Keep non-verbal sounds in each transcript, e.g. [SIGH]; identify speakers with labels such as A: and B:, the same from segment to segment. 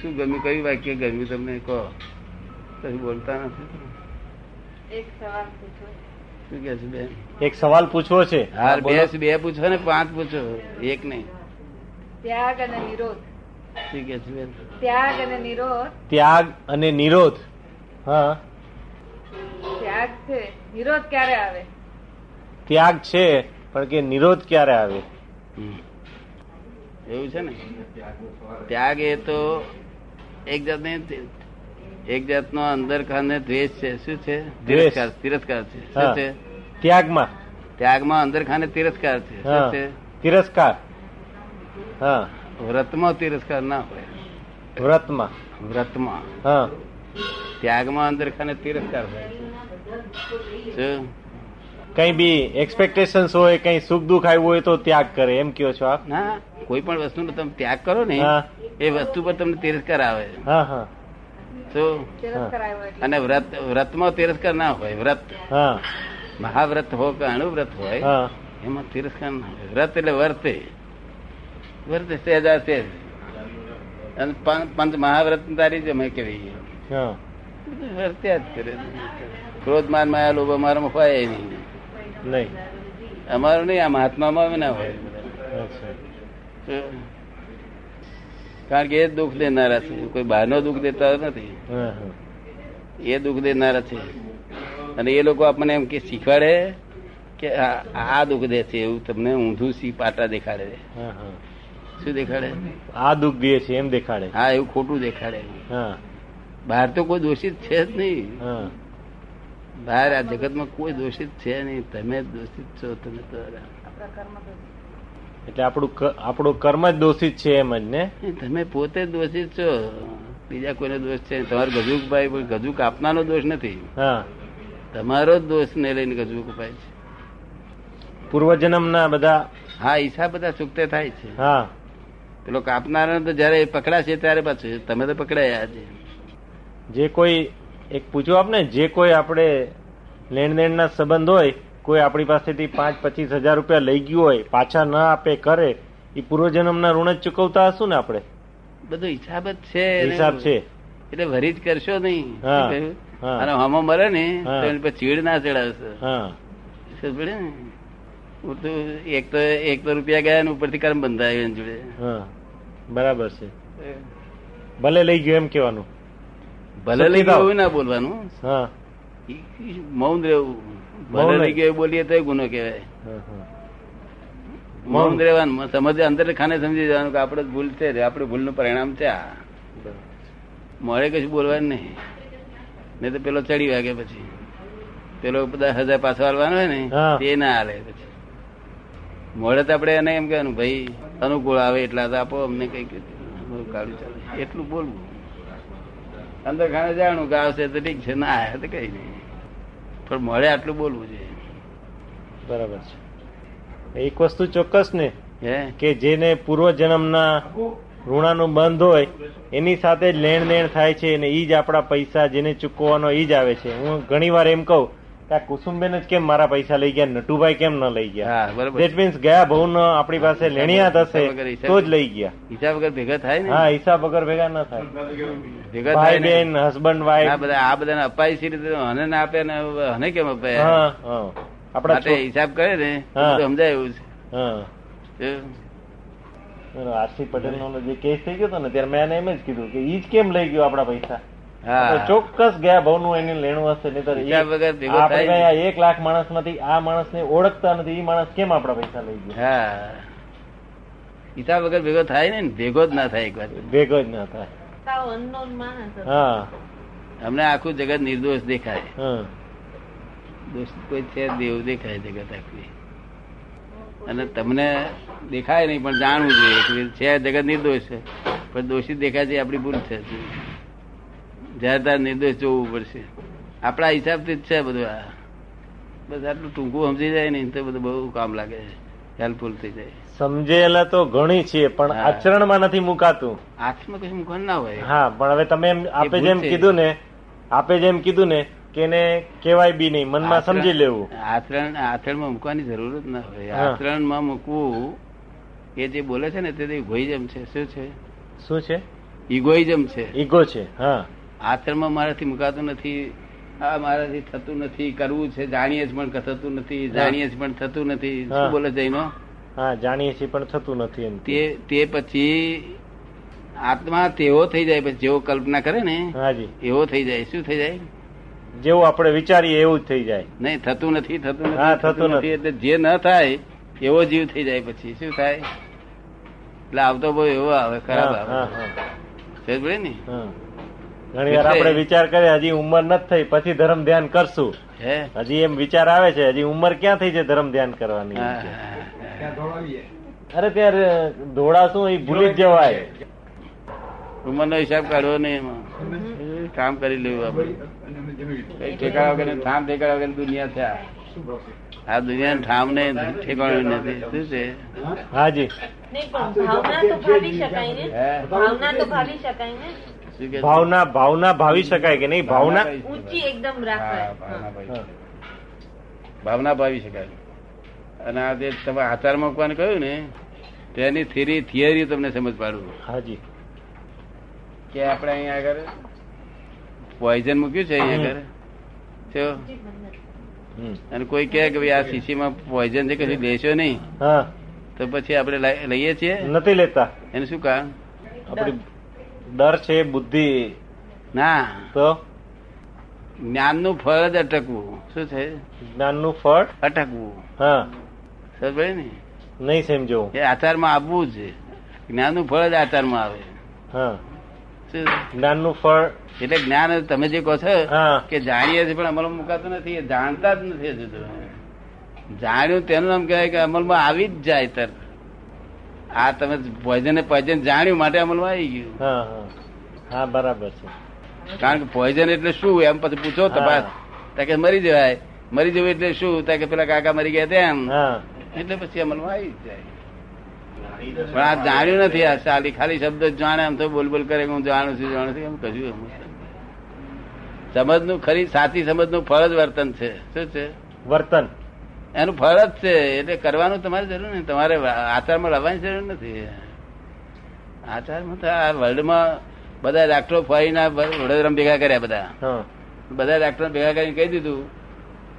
A: શું ગમ્યું કયું વાક્ય ગમ્યું તમને કહો તમે બોલતા નથી
B: એક સવાલ પૂછો
A: શું કે છે બેન
C: એક સવાલ પૂછવો છે
A: હાર
C: બોલો.
A: બે બે પૂછો ને પાંચ પૂછો એક નહીં
B: ત્યાગ અને નિરોધ
A: શું કે છે બેન
B: ત્યાગ અને નિરોધ
C: ત્યાગ અને નિરોધ હા
B: ત્યાગ છે નિરોધ ક્યારે આવે
C: ત્યાગ છે પણ કે નિરોધ ક્યારે આવે
A: હમ. એવું છે ને ત્યાગ એ તો એક જાતને એક જાતનો અંદર ખાને દ્વેષ છે શું છે
C: દ્વેષ.
A: તિરસ્કાર તિરસ્કાર છે શું
C: હા.
A: છે
C: ત્યાગમાં
A: ત્યાગમાં અંદર ખાને તિરસ્કાર છે શું
C: હા.
A: છે
C: તિરસ્કાર હા
A: વ્રતમાં તિરસ્કાર ના હોય
C: વ્રતમાં
A: વ્રતમાં
C: હા
A: ત્યાગમાં અંદર ખાને તિરસ્કાર હોય છે શું?
C: કઈ બી એક્સપેક્ટેશન્સ હોય કઈ સુખ દુઃખ આવ્યું હોય તો ત્યાગ કરે એમ કયો છો આપ
A: ના કોઈ પણ વસ્તુનો તમે ત્યાગ કરો ને
C: હા.
A: એ વસ્તુ પર તમને તિરસ્કાર આવે
C: હા હા
A: શું
B: તિરસ્કાર આવ્યો એટલે
A: અને વ્રત વ્રતમાં તિરસ્કાર ના હોય વ્રત
C: હા
A: મહાવ્રત હો કે અણુવ્રત હોય
C: હા
A: એમાં તિરસ્કાર ના હોય વ્રત એટલે વર્તે વર્તે સહેજા સહેજ અને પં- પંચ મહાવ્રત તારી જ અમે કહેવી
C: હા
A: વર્ત્યા જ કરે ક્રોધ માન માયા લોભ અમારામાં હોય એ નહીં
C: નહીં
A: અમારું નહીં આ મહાત્મામાં બી ના હોય
C: અચ્છા.
A: કારણ કે એ જ દુઃખ દેનારા છે કોઈ બહારનો દુઃખ દેતા નથી
C: હા હા
A: એ દુઃખ દેનારા છે અને એ લોકો આપણને એમ કે શીખવાડે કે આ આ દુઃખ દે છે એવું તમને ઊંધું સી પાટા દેખાડે છે
C: હા હા
A: શું દેખાડે
C: આ દુઃખ દે છે એમ દેખાડે
A: હા એવું ખોટું દેખાડે
C: હા
A: બહાર તો કોઈ દોષિત છે જ નહીં
C: હા
A: બહાર આ જગતમાં કોઈ દોષિત છે નહીં તમે જ દોષિત છો તમે તો
B: આપણા કર્મ દોષ.
C: એટલે આપણું ક- આપણું કર્મ જ દોષિત છે એમ જ ને
A: એ તમે પોતે જ દોષિત છો બીજા કોઈનો દોષ છે નહીં. તમારો ગજુકભાઈ પણ ગજુ કાપનાનો દોષ નથી
C: હા
A: તમારો જ દોષને લઈને ગજુ કપાય છે
C: પૂર્વજન્મના બધા
A: હા ઈસા બધા ચૂકતે થાય છે
C: હા
A: પેલો કાપનાર તો જયારે એ પકડાશે ત્યારે પાછું તમે તો પકડાયા છે
C: જે કોઈ એક પૂછ્યું આપને જે કોઈ આપણે લેણ દેણના સંબંધ હોય કોઈ આપણી પાસેથી પાંચ પચીસ હજાર રૂપિયા લઈ ગયું હોય પાછા ન આપે કરે એ પૂર્વજન્મના ઋણ જ ચૂકવતા હશું ને આપણે
A: બધો હિસાબ જ છે
C: હિસાબ છે
A: એટલે વરી જ કરશો નહીં શું
C: હા.
A: કહ્યું?
C: હા.
A: અને હમો મરે ને
C: હા.
A: તો એની પર ચીડ ના ચડાવશો
C: હા
A: શું પડે ને હું તો એક તો એક તો રૂપિયા ગયા ને ઉપરથી કર્મ બંધાયો એની જોડે
C: હા બરાબર છે ભલે લઈ ગયો એમ કહેવાનું
A: ભલે લઈ
C: સતીભાવ.
A: ગયો એવું ના બોલવાનું
C: હા
A: મૌન રહેવું ભલે
C: મૌન
A: લઈ ગયો એવું બોલીએ તો ગુનો કહેવાય
C: હા, હા.
A: મૌન રહેવાનું સમજ અંદર ખાને સમજી જવાનું કે આપણે ભૂલ છે આપણે ભૂલનું પરિણામ છે આ
C: બરાબર.
A: મોડે કશું બોલવાનું નહીં નહીં તો પેલો ચડી વાગે પછી પેલો બધા હજાર પાછો હાલવાનો હોય
C: હા.
A: ને તે ના હાલે પછી મોડે તો આપણે એને એમ કહેવાનું ભાઈ અનુકૂળ આવે એટલા તો આપો અમને કઈક અમારું કાળું ચાલે એટલું બોલવું અંદર ખાને જાણું કે આવશે તો ઠીક છે ના આવે તો કઈ નહીં પણ મોડે આટલું બોલવું છે
C: બરાબર છે એક વસ્તુ ચોક્કસ ને
A: હે
C: કે જેને પૂર્વજન્મના ઋણાનું બંધ હોય એની સાથે જ લેણ દેણ થાય છે અને ઈ જ આપણા પૈસા જેને ચૂકવવાનો ઈ જ આવે છે હું ઘણી વાર એમ કહું કે આ કુસુમબેન જ કેમ મારા પૈસા લઈ ગયા નટુભાઈ કેમ ન લઈ ગયા
A: હા બરાબર
C: દેટ મીન્સ ગયા ભવન આપણી પાસે લેણિયા થશે તો જ લઈ ગયા
A: હિસાબ વગર ભેગા થાય ને
C: હા હિસાબ વગર ભેગા ન થાય
A: ભેગા
C: ભાઈ
A: થાય ને
C: બેન હસબન્ડ
A: આ
C: વાઈફ
A: બધા આ બધાને અપાય છે રીતે હને ના આપે ને હને કેમ અપાય
C: હા હા આપણા
A: માટે
C: છો-
A: હિસાબ કરે ને
C: હા.
A: તો સમજાય એવું
C: હા
A: છે
C: આરસી પટેલ નો જે કેસ થઈ ગયો હતો ને ત્યારે મેં એને એમ જ કીધું કે ઈ જ કેમ લઈ ગયો આપણા પૈસા તો
A: હા
C: ચોક્કસ ગયા ભાવનું એને લેણું હશે નહીંતર એ-
A: હિસાબ વગર ભેગો
C: આપણે
A: થાય ને.
C: ગયા એક લાખ માણસ માંથી આ માણસ ને ઓળખતા નથી એ માણસ કેમ આપણા પૈસા લઈ ગયો
A: હા હિસાબ વગર ભેગો થાય ને ભેગો જ ના થાય એક વાર
C: ભેગો જ ના થાય
B: સાવ unknown માણસ હતો.
C: હા
A: અમને આખું જગત નિર્દોષ દેખાય
C: હા
A: દોષિત કોઈ છે જ નહીં એવું દેખાય જગત આખી અને તમને દેખાય નહીં પણ જાણવું જોઈએ કે છે જગત નિર્દોષ છે પણ દોષિત દેખાય છે એ આપણી ભૂલ છે જ્યારે તારે નિર્દોષ જોવું પડશે આપણા હિસાબથી જ છે બધું આ બસ આટલું ટૂંકું સમજી જાય ને તો બધું બહુ કામ લાગે હેલ્પફુલ થઈ જાય
C: સમજેલા તો ઘણી છે પણ
A: હા.
C: આચરણમાં નથી મુકાતું
A: હાથમાં કશું મૂકવાનું ના હોય
C: હા પણ હવે તમે એમ આપે
A: ભૂલ
C: જેમ
A: છે.
C: કીધું ને આપે જેમ કીધું ને કે એને કહેવાય બી નહીં મનમાં
A: આચરણ-
C: સમજી લેવું
A: આચરણ આચરણમાં મૂકવાની જરૂર જ ના હોય
C: હા.
A: આચરણમાં મૂકવું એ જે બોલે છે ને તે ઘોઈ જેમ છે શું છે
C: શું છે
A: ઇગોઇઝમ છે
C: ઈગો છે હા
A: આચરણમાં મારાથી મુકાતું નથી આ મારાથી થતું નથી કરવું છે જાણીએ જ પણ ક- થતું નથી જાણીએ જ પણ થતું નથી
C: હા.
A: શું બોલે છે એનો
C: હા જાણીએ છીએ પણ થતું નથી એમ
A: તે તે પછી આત્મા તેવો થઈ જાય પછી જેવો કલ્પના કરે ને
C: હાજી
A: એવો થઈ જાય શું થઈ જાય
C: જેવું આપણે વિચારીએ એવું જ થઈ જાય
A: નહીં થતું નથી થતું
C: હા,
A: નથી
C: થતું
A: થતું
C: નથી.
A: નથી એટલે જે ન થાય એવો જીવ થઈ જાય પછી શું થાય એટલે આવતો બહુ એવો આવે ખરાબ
C: હા,
A: આવે
C: હા, હા,
A: સમજ પડી ને
C: હા. ઘણી વાર આપણે વિચાર કરીએ હજી ઉંમર નથી થઈ પછી ધર્મ ધ્યાન કરશું
A: હે
C: હજી એમ વિચાર આવે છે હજી ઉંમર ક્યાં થઈ છે ધર્મ ધ્યાન કરવાની
A: હા,
C: એમ કે.
A: હા, હા.
C: અરે ત્યારે ધોળા શું એ ભૂલી જ જવાય
A: ઉંમરનો હિસાબ કાઢવો નહીં એમાં એ કામ કરી લેવું આપણે કઈ ઠેકાણા વગર ને ઠામ ઠેકાણા વગર દુનિયા થયા આ દુનિયા ઠામ ને ઠેકાણું નથી શું છે
C: હાજી
D: નહીં પણ ભાવના તો ભાવી શકાય ને
A: હે
D: ભાવના તો ભાવી શકાય ને
A: શું કે
C: ભાવના ભાવના ભાવી શકાય કે નહીં ભાવના
D: ઊંચી એકદમ
A: હા,
D: રાખાય
A: ભાવના
D: હા.
A: ભાવી શકાય. ભાવના ભાવી શકાય અને આ જે તમે આચારમાં મૂકવાનું કહ્યું ને તેની થિયરી થિયરી તમને સમજ પાડું
C: હાજી
A: કે આપણે અહીંયા આગળ પોઈઝન મૂક્યું છે અહીંયા આગળ જો,
C: હમ.
A: અને કોઈ કહે કે ભાઈ આ શીશીમાં પોઈઝન છે કશું લેશો નહીં
C: હા
A: તો પછી આપણે લાઈ- લઈએ છીએ
C: નથી લેતા
A: એનું શું કારણ
C: આપડી ડર છે બુદ્ધિ
A: ના
C: તો
A: જ્ઞાનનું ફળ જ અટકવું શું છે
C: જ્ઞાનનું ફળ
A: અટકવું
C: હા
A: સમજ પડી ને
C: નહીં સમજવું
A: એ આચારમાં આવવું જ જ્ઞાનનું ફળ જ આચારમાં આવે
C: હા
A: શું?
C: જ્ઞાનનું ફળ
A: એટલે જ્ઞાન જ તમે જે કહો છો
C: હા.
A: કે જાણીએ છીએ પણ અમલમાં મુકાતું નથી એ જાણતા જ નથી હજુ તો. જાણ્યું તેનું નામ કહેવાય કે અમલમાં આવી જ જાય તર આ તમે પોઈઝન પોઈઝન જાણ્યું માટે અમલમાં આવી ગયું
C: હા હા હા બરાબર છે
A: કારણ કે પોઈઝન એટલે શું એમ પછી પૂછો તપાસ ત્યાં કે મરી જવાય મરી જવું એટલે શું ત્યાં કે પેલા કાકા મરી ગયા તેમ
C: હા
A: એટલે પછી અમલમાં આવી જ જાય પણ આ જાણ્યું નથી આ સાલી ખાલી શબ્દ જ જાણે આમ તો બોલ બોલ કરે કે હું જાણું છું જાણું છું એમ કહ્યું એમ સમજનું ખરી સાચી સમજનું ફળ જ વર્તન છે શું છે
C: વર્તન
A: એનું ફળ જ છે એટલે કરવાનું તમારે જરૂર નહીં તમારે આચારમાં લાવવાની જરૂર નથી આચારમાં તો આ વર્લ્ડમાં બધા ડાક્ટરો ફરીના વડોદરામાં ભેગા કર્યા બધા
C: હા
A: બધા ડાક્ટરો ભેગા કરીને કહી દીધું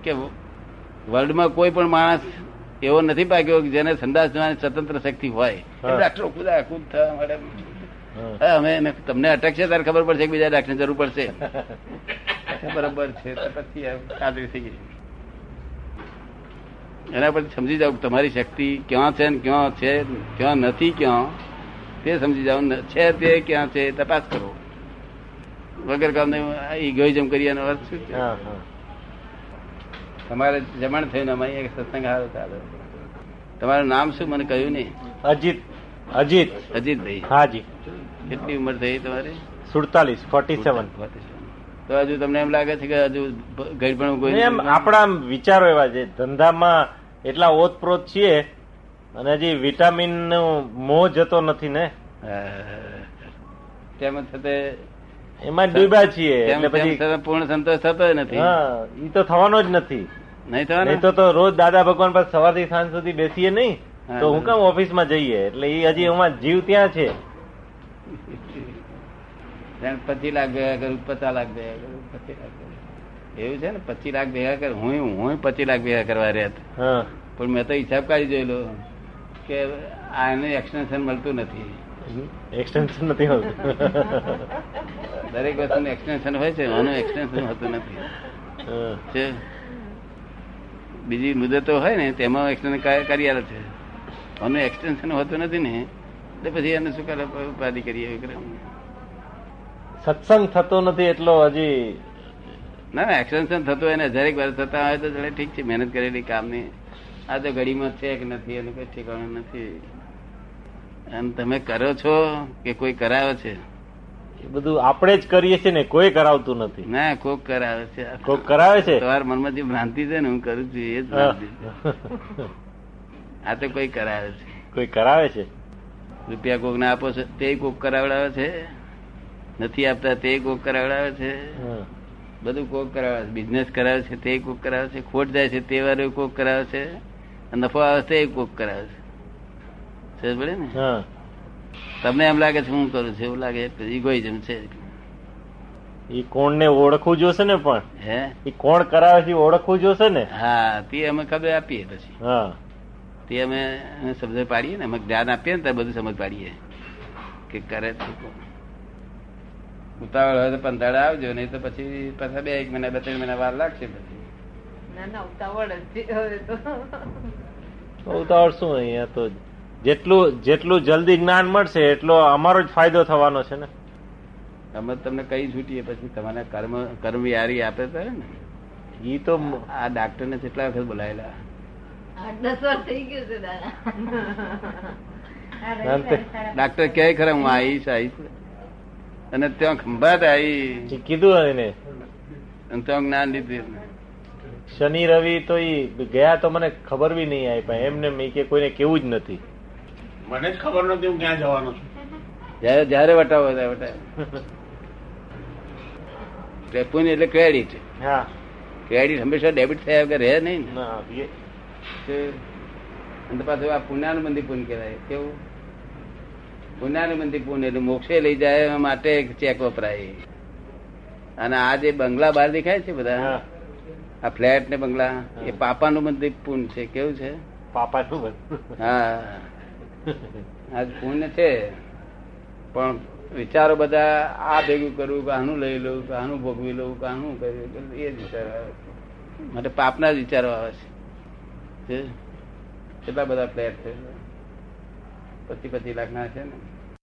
A: કે વર્લ્ડમાં કોઈ પણ માણસ એવો નથી પાક્યો કે જેને સંદાસ જવાની સ્વતંત્ર શક્તિ હોય
C: હા.
A: ડાક્ટરો ખુદા ખુદ થવા મળે
C: હા.
A: હા, અમે એને- તમને અટકશે ત્યારે ખબર પડશે કે બીજા ડાક્ટરની જરૂર પડશે અચ્છા, બરાબર છે તો પછી આ ખાતરી થઈ ગઈ એના પરથી સમજી જાવ તમારી શક્તિ ક્યાં છે ને ક્યાં છે ક્યાં નથી ક્યાં તે સમજી જાવ ન- છે તે ક્યાં છે તપાસ કરો વગર કામને ઇગોઇઝમ કરી એનો અર્થ શું છે
C: હા હા
A: તમારે જમણ થયું ને અમારી એક સત્સંગ સારો ચાલે તમારું નામ શું મને કહ્યું નહીં
C: અજીત અજીત
A: અજીતભાઈ
C: હાજી
A: કેટલી ઉંમર થઈ તમારે
C: સુડતાલીસ ફોર્ટી સેવન
A: તો હજુ તમને એમ લાગે છે કે હજુ ગઢપણ કોઈ
C: એમ આપણા વિચારો એવા છે ધંધામાં એટલા ઓતપ્રોત છીએ અને હજી વિટામિન નો મોહ જતો નથી ને
A: હા. તેમ છતાં
C: એમાં ડૂબ્યા છીએ
A: તેમ
C: એટલે
A: તેમ
C: પછી
A: છતાં પૂર્ણ સંતોષ થતો નથી
C: હા ઈ તો થવાનો જ નથી
A: નહીં
C: નહીં
A: થવાનો
C: તો તો રોજ દાદા ભગવાન પાસે સવારથી સાંજ સુધી બેસીએ નહીં
A: હા,
C: તો હું કામ ઓફિસમાં જઈએ એટલે એ હજી એમાં જીવ ત્યાં છે
A: તેમ પચીસ લાખ ભેગા કરું પચાસ લાખ ભેગા કરું પચીસ લાખ ભેગા કરું. એવું છે ને પચીસ લાખ ભેગા કર હું હું પચીસ લાખ ભેગા કરવા રહ્યા હતા
C: હા
A: પણ મેં તો હિસાબ કાઢી જોયેલો કે આને એક્સટેન્શન મળતું નથી
C: એક્સટેન્શન નથી
A: [LAUGHS]
C: હોતું
A: દરેક વસ્તુનું એક્સટેન્શન હોય છે આનું એક્સટેન્શન હોતું નથી
C: હા.
A: છે બીજી મુદતો હોય ને તેમાં એક્સટેન્શન કરી આલે છે આનું એક્સટેન્શન હોતું નથી ને એટલે પછી એને શું કરે ઉપાધિ કરીએ એવું કરે.
C: સત્સંગ થતો નથી એટલો હજી
A: ના ના એક્સટેન્શન થતું એને હજારેક વાર થતા હોય તો ચલે ઠીક છે મહેનત કરેલી કામની આ તો ઘડીમાં છે કે નથી એનું કોઈ ઠેકાણું નથી અને તમે કરો છો કે કોઈ કરાવે છે
C: એ બધું આપણે જ કરીએ છીએ ને કોઈ કરાવતું નથી
A: ના કોક કરાવે છે
C: કોક કરાવે છે
A: તમારા મનમાં જે ભ્રાંતિ છે ને હું કરું છું એ જ
C: હા.
A: ભ્રાંતિ છે. આ તો કોઈ કરાવે છે
C: કોઈ કરાવે છે
A: રૂપિયા કોક ને આપો છો તે કોક કરાવડાવે છે નથી આપતા તે કોક કરાવડાવે છે
C: હા.
A: બધું કોક કરાવે છે બિઝનેસ કરાવે છે તે કોક કરાવે છે ખોટ જાય છે તે વારે કોક કરાવે છે અને નફો આવે છે તે કોક કરાવે છે સમજ પડે ને
C: હા
A: તમને એમ લાગે છે હું કરું છું એવું લાગે ઇગોઇઝમ છે
C: એ કોણને ઓળખવું જોશે ને પણ
A: હે
C: એ કોણ કરાવે છે એ ઓળખવું જોશે ને
A: હા તે અમે ખબર આપીએ પછી
C: હા
A: તે અમે એને સમજ પાડીએ ને અમે જ્ઞાન આપીએ ને ત્યારે બધું સમજ પાડીએ કે કરે છે કોણ. ઉતાવળ હોય તો પંથાળે આવજો નહીં તો પછી પાછા બે એક મહિના બે ત્રણ મહિના વાર લાગશે પછી
B: ના ના ઉતાવળ હતી હવે તો
C: તો ઉતાવળ શું અહીંયા તો જેટલું જેટલું જલ્દી જ્ઞાન મળશે એટલો અમારો જ ફાયદો થવાનો છે ને
A: અમે તમને કઈ છૂટીએ પછી તમારા કર્મ કર્મ યારી આપે તો ને
C: ઈ તો મ-
A: આ ડાક્ટર ને કેટલા વખત બોલાયેલા
E: આઠ દસ વાર થઈ ગયું છે દાદા
C: અંતે.
A: ડાક્ટર કહે ખરા હું આવીશ આવીશ અને ત્યાં ખંભાત આવી
C: ઈ કીધું એને
A: અને ત્યાં જ્ઞાન લીધું
C: શનિ રવિ તો ઈ ગયા તો મને ખબર બી નહીં આવી પણ એમને મેં કે કોઈને કેવું જ નથી
F: મને જ ખબર નથી હું ક્યાં જવાનો છું
A: જયારે જયારે વટાવો ત્યારે વટાવો એટલે પુણ્ય એટલે ક્રેડિટ
C: હા
A: ક્રેડિટ હંમેશા ડેબિટ થયા વગર રહે નહીં ને
C: ના એ-
A: તે અને પાછું આ પુણ્યાનુબંધી પુણ્ય કહેવાય કેવું પુણ્યાનુબંધી પુણ્ય એટલે મોક્ષે લઈ જાય એના માટે એક ચેક વપરાય અને આ જે બંગલા બહાર દેખાય છે બધા
C: હા
A: આ ફ્લેટ ને બંગલા એ
C: હા.
A: પાપાનું બંધી પુણ્ય છે કેવું છે
C: પાપાનું બધું
A: હા આજ પુણ્ય છે પણ વિચારો બધા આ ભેગું કરવું કે આનું લઈ લઉં કે આનું ભોગવી લઉં કે આનું કર્યું કે એ જ વિચારો આવે છે. માટે પાપના જ વિચારો આવે છે જે કેટલા બધા ફ્લેટ છે પચી પચી લાખના છે ને